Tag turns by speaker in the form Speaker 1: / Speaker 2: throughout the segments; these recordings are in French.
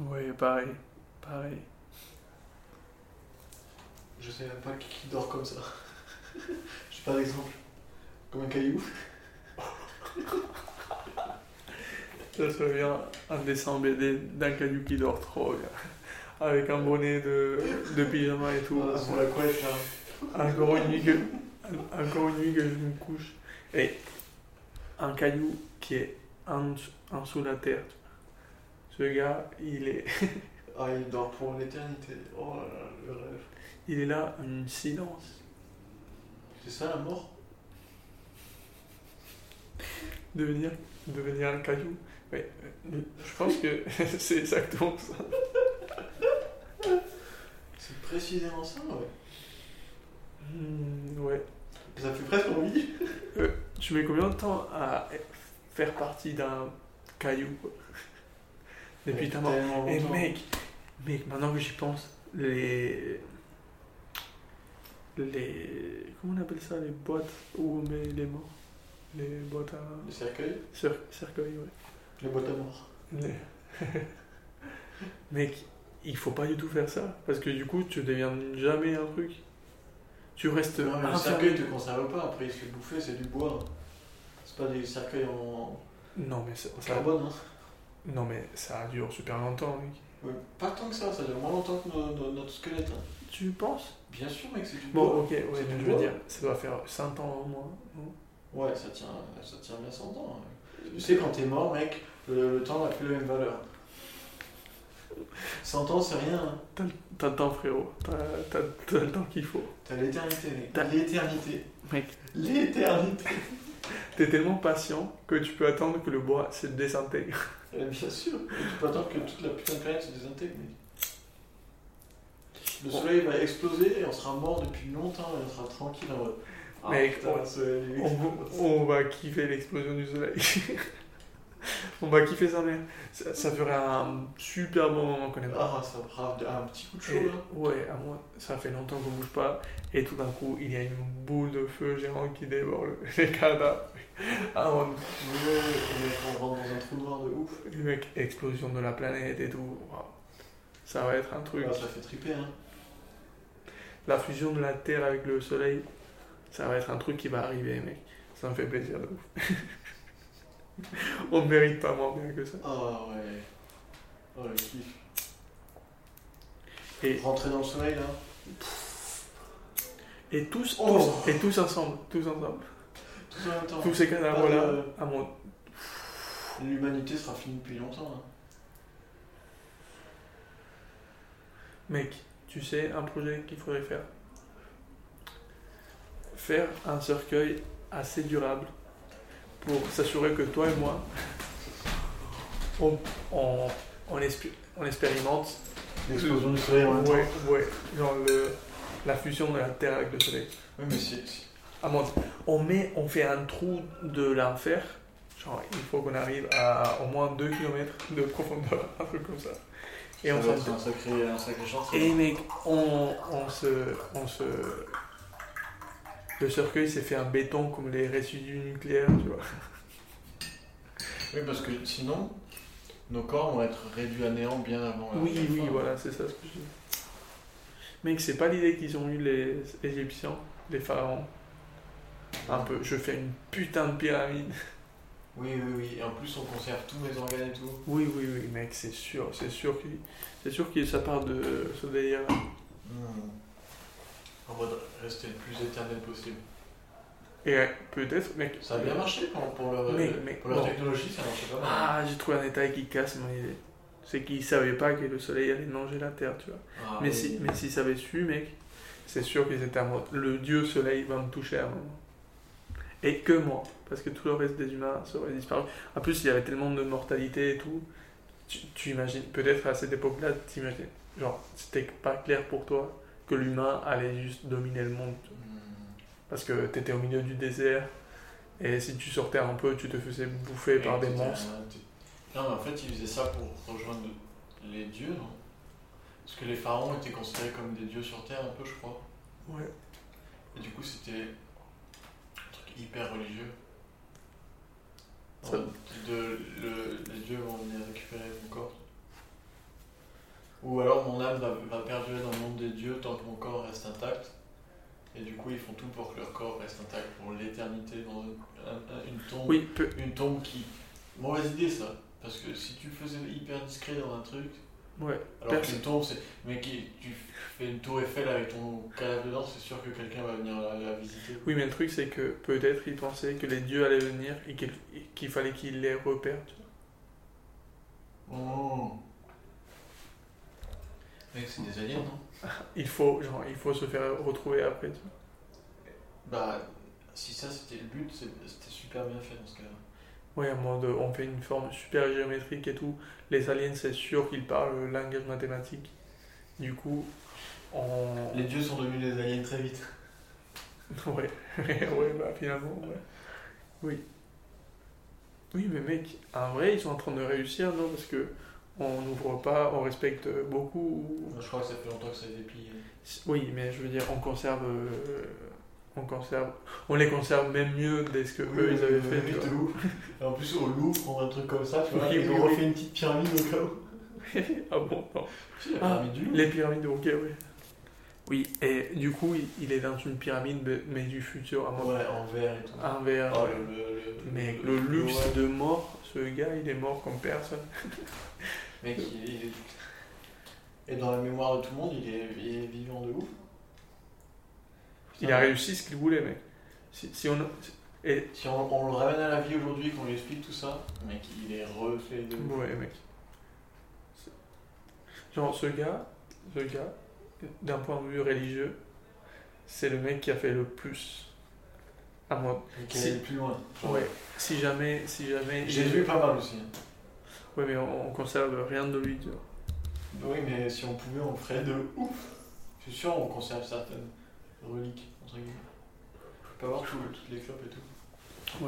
Speaker 1: Oh,
Speaker 2: pareil. Pareil.
Speaker 1: Je sais même pas qui dort comme ça. J'ai pas d'exemple. Comme un caillou.
Speaker 2: Ça se vient un dessin en BD d'un caillou qui dort trop, gars. Avec un bonnet de, de pyjama et tout.
Speaker 1: Voilà, sur Ah, la couette hein. là.
Speaker 2: Encore une nuit que, encore une nuit que je me couche. Et un caillou qui est en, dessous- en dessous de la terre. Ce gars, il est,
Speaker 1: Ah, il dort pour l'éternité. Oh là là, le rêve.
Speaker 2: il est là, un silence
Speaker 1: C'est ça la mort
Speaker 2: devenir, devenir un caillou. Ouais, euh, je pense que c'est exactement ça.
Speaker 1: C'est précisément ça, ouais.
Speaker 2: Hmm, ouais.
Speaker 1: Ça fait presque envie.
Speaker 2: Tu mets combien de temps à faire partie d'un caillou quoi Depuis ta mort.
Speaker 1: Tellement
Speaker 2: Et
Speaker 1: longtemps.
Speaker 2: mec, mec, maintenant que j'y pense, les. Les. Comment on appelle ça Les boîtes où on met les morts Les boîtes
Speaker 1: Le
Speaker 2: à.
Speaker 1: cercueil
Speaker 2: cer- cercueil, ouais.
Speaker 1: Les boîtes à mort.
Speaker 2: Les- mec, il faut pas du tout faire ça, parce que du coup, tu deviens jamais un truc. Tu restes.
Speaker 1: Non, mais le
Speaker 2: enfermé.
Speaker 1: cercueil, tu le conserves pas. Après, il se fait bouffer, c'est du bois. C'est pas des cercueils en
Speaker 2: Non, mais ça,
Speaker 1: en
Speaker 2: ça-
Speaker 1: carbone, hein.
Speaker 2: non, mais ça dure super longtemps, mec.
Speaker 1: Ouais, Pas tant que ça, ça dure moins longtemps que no- no- notre squelette. hein.
Speaker 2: Tu penses
Speaker 1: Bien sûr, mec, c'est du
Speaker 2: Bon,
Speaker 1: bois.
Speaker 2: ok, ouais,
Speaker 1: C'est
Speaker 2: mais
Speaker 1: du
Speaker 2: je veux
Speaker 1: bois.
Speaker 2: dire, ça doit faire 100 ans au moins. non
Speaker 1: Ouais, ça tient, ça tient bien 100 ans. hein. Tu sais, quand t'es mort, mec, le, le temps n'a plus la même valeur. 100 ans, c'est rien. hein.
Speaker 2: T'as le temps, frérot. T'as, t'as- t'as le temps qu'il faut.
Speaker 1: T'as l'éternité, mec.
Speaker 2: T'as-
Speaker 1: L'éternité.
Speaker 2: Mec,
Speaker 1: L'éternité.
Speaker 2: t'es tellement patient que tu peux attendre que le bois se désintègre.
Speaker 1: Eh, Bien sûr. Et tu peux attendre que toute la putain de planète se désintègre, mec. Le
Speaker 2: Bon.
Speaker 1: soleil va exploser et on sera mort depuis longtemps et on sera tranquille en mode. Ah,
Speaker 2: Mec,
Speaker 1: putain,
Speaker 2: on-
Speaker 1: le soleil, il explose.
Speaker 2: On, on va kiffer l'explosion du soleil. on va kiffer sa mère. Ça, ça ferait un super bon moment qu'on est pas.
Speaker 1: Ah, ça brave de- ah, un petit coup de chaud
Speaker 2: Et-
Speaker 1: là.
Speaker 2: ouais, à moi, ça fait longtemps qu'on bouge pas. Et tout d'un coup, il y a une boule de feu géant qui dévore le- les cadavres. Ah, on-
Speaker 1: Ouais, ouais, ouais, on rentre dans un trou noir de ouf.
Speaker 2: le mec, explosion de la planète et tout. Waouh. Ça va être un truc.
Speaker 1: Ah, ça fait triper, hein.
Speaker 2: la fusion de la Terre avec le Soleil, ça va être un truc qui va arriver, mec. Ça me fait plaisir de ouf. On ne mérite pas moins bien que ça.
Speaker 1: Ah ouais. Oh le kiff.
Speaker 2: Et,
Speaker 1: Rentrer dans le soleil là.
Speaker 2: et tous,
Speaker 1: Oh.
Speaker 2: tous, et tous ensemble, tous ensemble.
Speaker 1: Tout en même temps.
Speaker 2: Tous ces
Speaker 1: Pas
Speaker 2: cadavres-là,
Speaker 1: de-
Speaker 2: à mon...
Speaker 1: L'humanité sera finie depuis longtemps. hein.
Speaker 2: Mec, tu sais, un projet qu'il faudrait faire. Faire un cercueil assez durable pour s'assurer que toi et moi, on, on, on expé- on expérimente
Speaker 1: L'explosion du soleil en même temps.
Speaker 2: Ouais, ouais, genre le, la fusion de la Terre avec le Soleil.
Speaker 1: Oui, mais c'est. c'est-
Speaker 2: Amande, on, met, on fait un trou de l'enfer. Genre, il faut qu'on arrive à au moins 2 km de profondeur, un truc comme ça. Et
Speaker 1: ça
Speaker 2: on
Speaker 1: va être
Speaker 2: s'en
Speaker 1: un sacré, un sacré hein. chantier.
Speaker 2: Et mec, on, on se. On se... Le cercueil s'est fait un béton comme les résidus nucléaires, tu vois.
Speaker 1: Oui, parce que sinon, nos corps vont être réduits à néant bien avant. la
Speaker 2: Oui,
Speaker 1: prochaine
Speaker 2: oui,
Speaker 1: fois.
Speaker 2: voilà, c'est ça ce que je dis. Mec, c'est pas l'idée qu'ils ont eu les Égyptiens, les pharaons. Un peu, je fais une putain de pyramide.
Speaker 1: Oui, oui, oui. Et en plus, on conserve tous mes organes et tout.
Speaker 2: Oui, oui, oui, mec, c'est sûr, c'est sûr que c'est sûr que ça part de ce délire.
Speaker 1: Hmm. En mode rester le plus éternel possible.
Speaker 2: Et euh, peut-être, mec.
Speaker 1: Ça a bien marché pour, pour leur,
Speaker 2: Mais- mais-
Speaker 1: pour leur
Speaker 2: non.
Speaker 1: technologie, ça marchait pas mal.
Speaker 2: Ah, j'ai trouvé un détail qui casse mon idée. C'est qu'ils savaient pas que le soleil allait manger la terre, tu vois.
Speaker 1: Ah,
Speaker 2: mais
Speaker 1: oui.
Speaker 2: si, mais s'ils avaient su, mec, c'est sûr qu'ils étaient en mode le dieu soleil va me toucher à un moment. Et que moi, parce que tout le reste des humains serait disparu. En plus, il y avait tellement de mortalité et tout. Tu, tu imagines, peut-être à cette époque-là, t'imagines, genre, c'était pas clair pour toi que l'humain allait juste dominer le monde.
Speaker 1: Hmm.
Speaker 2: Parce que t'étais au milieu du désert, et si tu sortais un peu, tu te faisais bouffer par des
Speaker 1: T'étais un-
Speaker 2: monstres.
Speaker 1: t'es- Non, mais en fait, ils faisaient ça pour rejoindre les dieux, non Parce que les pharaons étaient considérés comme des dieux sur Terre, un peu, je crois.
Speaker 2: Ouais.
Speaker 1: Et du coup, c'était un truc hyper religieux.
Speaker 2: Ça-
Speaker 1: De, le- les dieux vont venir récupérer mon corps. Ou alors mon âme va, va perdurer dans le monde des dieux tant que mon corps reste intact. Et du coup, ils font tout pour que leur corps reste intact pour l'éternité dans une, un- un- une tombe.
Speaker 2: Oui, peu-
Speaker 1: Une tombe qui. Mauvaise idée ça. Parce que si tu le faisais hyper discret dans un truc,
Speaker 2: ouais.
Speaker 1: alors
Speaker 2: Perso-
Speaker 1: qu'une tombe, c'est. Mais qui, tu fais une tour Eiffel avec ton cadavre dedans, c'est sûr que quelqu'un va venir la, la visiter.
Speaker 2: Oui, mais le truc, c'est que peut-être ils pensaient que les dieux allaient venir et qu'il et qu'il fallait qu'ils les repèrent. tu vois.
Speaker 1: Oh. Mec, c'est des aliens, non
Speaker 2: Il faut, genre, il faut se faire retrouver après. tu vois.
Speaker 1: Bah, si ça c'était le but, c'est- c'était super bien fait dans ce cas-là.
Speaker 2: Ouais, en mode, on fait une forme super géométrique et tout. Les aliens, c'est sûr qu'ils parlent le langage mathématique. Du coup, on...
Speaker 1: Les dieux sont devenus des aliens très vite.
Speaker 2: Ouais, ouais, bah finalement, ouais. Oui. Oui, mais mec, en vrai, ils sont en train de réussir, non? Parce que on n'ouvre pas, on respecte beaucoup.
Speaker 1: Moi, je crois que ça fait longtemps que ça a été plié.
Speaker 2: Oui, mais je veux dire, on conserve. euh, on conserve. On les conserve même mieux que ce que eux, ils avaient fait, tu vois.
Speaker 1: de ouf. Et en plus, au Louvre, on a un truc comme ça, tu vois.
Speaker 2: Oui,
Speaker 1: ils
Speaker 2: oui,
Speaker 1: ont
Speaker 2: oui.
Speaker 1: refait une petite pyramide au cas où.
Speaker 2: Ah bon, non.
Speaker 1: Tu sais, la
Speaker 2: Ah,
Speaker 1: pyramide du Louvre.
Speaker 2: Les pyramides, ok, oui. Oui, et du coup, il- il est dans une pyramide, mais- mais du futur, à moi.
Speaker 1: Ouais, en verre et tout.
Speaker 2: Un verre.
Speaker 1: Oh, le, le, le,
Speaker 2: Mec, Ah. le luxe
Speaker 1: ouais.
Speaker 2: de mort, ce gars, il est mort comme personne.
Speaker 1: Mec, il, il est. Et dans la mémoire de tout le monde, il est, il est vivant de ouf.
Speaker 2: Il a réussi ce qu'il voulait, mec. Si, si on... Et...
Speaker 1: Si on, on le ramène à la vie aujourd'hui, qu'on lui explique tout ça, mec, il est refait de ouf.
Speaker 2: Ouais, mec. C'est- Genre, ce gars, ce gars, d'un point de vue religieux, c'est le mec qui a fait le plus. À moi.
Speaker 1: Et qu'il
Speaker 2: Si.
Speaker 1: est plus loin. Genre,
Speaker 2: Ouais. Si jamais, si jamais...
Speaker 1: Jésus est pas mal aussi. hein.
Speaker 2: Ouais, mais on, on conserve rien de lui, tu vois.
Speaker 1: Oui, mais si on pouvait, on le ferait de ouf. Je suis sûr, on conserve certaines reliques, entre guillemets. On peut avoir tout- toutes les clopes et tout.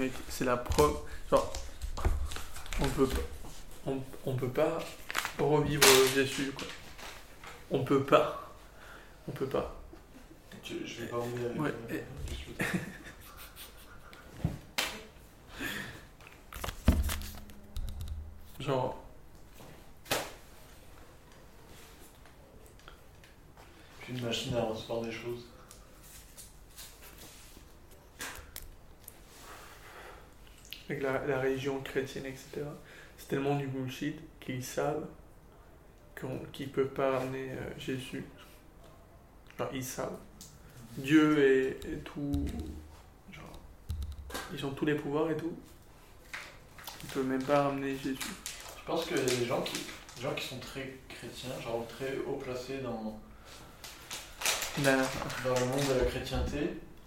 Speaker 2: Mec, c'est la preuve. Genre, on peut pas, on, on peut pas revivre Jésus, quoi. On peut pas. On peut pas.
Speaker 1: Tu- je vais pas oublier avec
Speaker 2: Ouais,
Speaker 1: euh, je suis-
Speaker 2: Genre,
Speaker 1: je suis une machine à recevoir des choses.
Speaker 2: avec la, la religion chrétienne, etc. C'est tellement du bullshit qu'ils savent qu'on- qu'ils peuvent pas ramener euh, Jésus. Genre, ils savent. Dieu et, et tout. Genre, ils ont tous les pouvoirs et tout. Ils peuvent même pas ramener Jésus.
Speaker 1: Je pense que les gens qui, les gens qui sont très chrétiens, genre très haut placés dans,
Speaker 2: Ben,
Speaker 1: dans le monde de la chrétienté,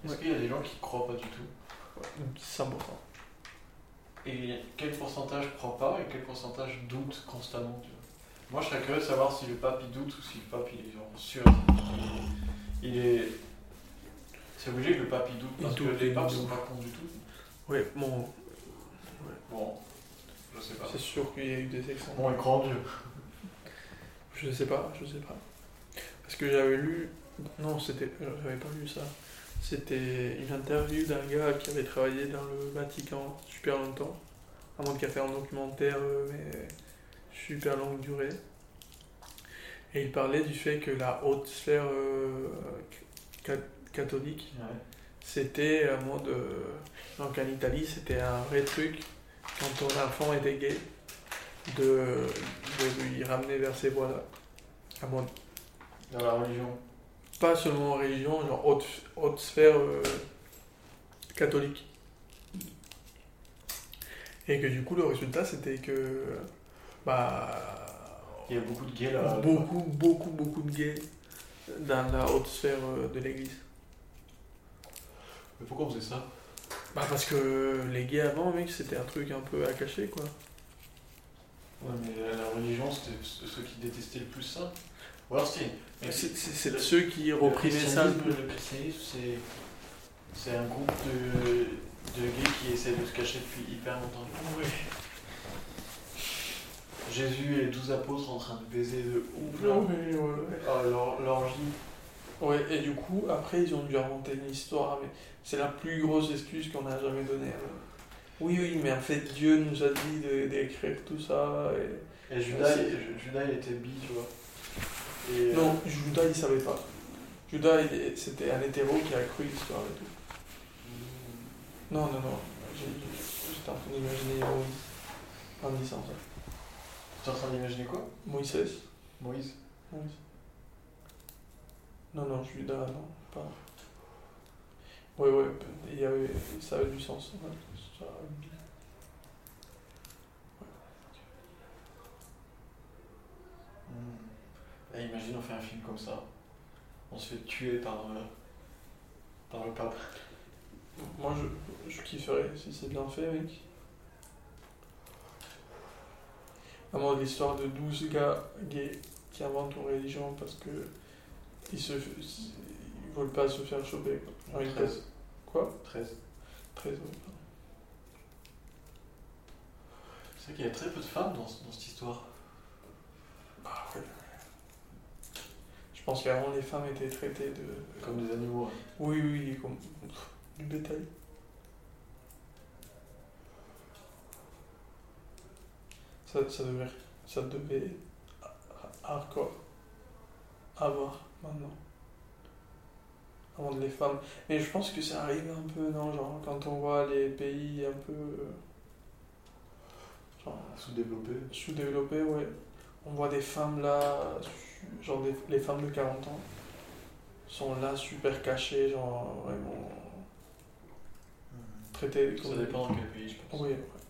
Speaker 1: est-ce
Speaker 2: Ouais.
Speaker 1: qu'il y a des gens qui croient pas du tout
Speaker 2: 100%.
Speaker 1: Et quel pourcentage croit pas et quel pourcentage doute constamment tu vois Moi, je serais curieux de savoir si le pape il doute ou si le pape il est genre sûr. Il est. C'est obligé que le pape il doute
Speaker 2: Il
Speaker 1: parce
Speaker 2: doute,
Speaker 1: que les
Speaker 2: il
Speaker 1: papes
Speaker 2: doute.
Speaker 1: sont pas cons du tout.
Speaker 2: Ouais, bon,
Speaker 1: Bon, je sais pas.
Speaker 2: c'est sûr qu'il y a eu des exceptions.
Speaker 1: Bon, il croit en Dieu.
Speaker 2: Je sais pas, je sais pas. Parce que j'avais lu. Non, c'était. euh, J'avais pas lu ça. C'était une interview d'un gars qui avait travaillé dans le Vatican super longtemps. Un mode qui a fait un documentaire, euh, mais super longue durée. Et il parlait du fait que la haute sphère euh, ca- catholique
Speaker 1: Ouais.
Speaker 2: C'était un mode. euh, Donc en Italie, c'était un vrai truc quand ton enfant était gay de, de lui ramener vers ces voies-là. Un mode.
Speaker 1: Dans la religion.
Speaker 2: Pas seulement en religion, genre haute, haute sphère euh, catholique. Et que du coup, le résultat, c'était que. Bah.
Speaker 1: Il y a beaucoup de gays là.
Speaker 2: Beaucoup, beaucoup, beaucoup de gays dans la haute sphère euh, de l'église.
Speaker 1: Mais pourquoi on faisait ça
Speaker 2: Bah parce que les gays avant, mec, c'était un truc un peu à cacher, quoi.
Speaker 1: Ouais, mais la, la religion, c'était c- ceux qui détestaient le plus ça. Ou alors, c'est. mais
Speaker 2: C'est- C'est c'est
Speaker 1: le-
Speaker 2: ceux qui
Speaker 1: le
Speaker 2: reprimaient ça.
Speaker 1: christianisme, Le christianisme, c'est. C'est un groupe de, de gays qui essaient de se cacher depuis hyper longtemps. Jésus et les douze apôtres en train de baiser de ouf. là.
Speaker 2: Non, mais ouais.
Speaker 1: Oh, l'or- l'orgie.
Speaker 2: Ouais, et du coup, après, ils ont dû inventer une histoire. Mais c'est la plus grosse excuse qu'on a jamais donnée. hein. Oui, oui, mais en fait, Dieu nous a dit de- d'écrire tout ça. et-
Speaker 1: Et Judas,
Speaker 2: C'est-
Speaker 1: il, Judas, il était bi, tu vois. Et,
Speaker 2: Non, Judas, il savait pas. Judas, il- c'était un hétéro qui a cru l'histoire et tout.
Speaker 1: euh,
Speaker 2: Non, non, non. j'ai- J'étais en train d'imaginer Moïse en disant ça.
Speaker 1: T'es en train d'imaginer quoi
Speaker 2: Moïse.
Speaker 1: Moïse.
Speaker 2: Moïse. Non, non, Judas, ah, non, pas. Ouais, ouais, il y avait, ça avait du sens. ouais, ça avait du-
Speaker 1: Là, Bah, imagine, on fait un film comme ça. On se fait tuer par, euh, par le pape.
Speaker 2: Moi, je, je kifferais si c'est bien fait, mec. À moi, l'histoire de 12 gars gays qui inventent une religion parce que ils se ils veulent pas se faire choper. quoi. Ouais,
Speaker 1: 13.
Speaker 2: Quoi
Speaker 1: 13.
Speaker 2: 13 ouais,
Speaker 1: C'est vrai qu'il y a très peu de femmes dans, ce- dans cette histoire.
Speaker 2: pardon. Bah, ouais. Je pense qu'avant, les femmes étaient traitées de.
Speaker 1: Comme des animaux. hein.
Speaker 2: Oui, oui, comme... pff, du bétail. Ça, ça devait, ça devait a- a- hardcore avoir maintenant. Avant de les femmes. Mais je pense que ça arrive un peu, non, genre quand on voit les pays un peu. euh, Genre
Speaker 1: Sous-développées.
Speaker 2: sous-développés, ouais. On voit des femmes là, su- genre des- les femmes de 40 ans, sont là super cachées, genre vraiment traitées
Speaker 1: Ça
Speaker 2: comme.
Speaker 1: dépend dans quel pays, je pense.
Speaker 2: Mm. Oui, ouais.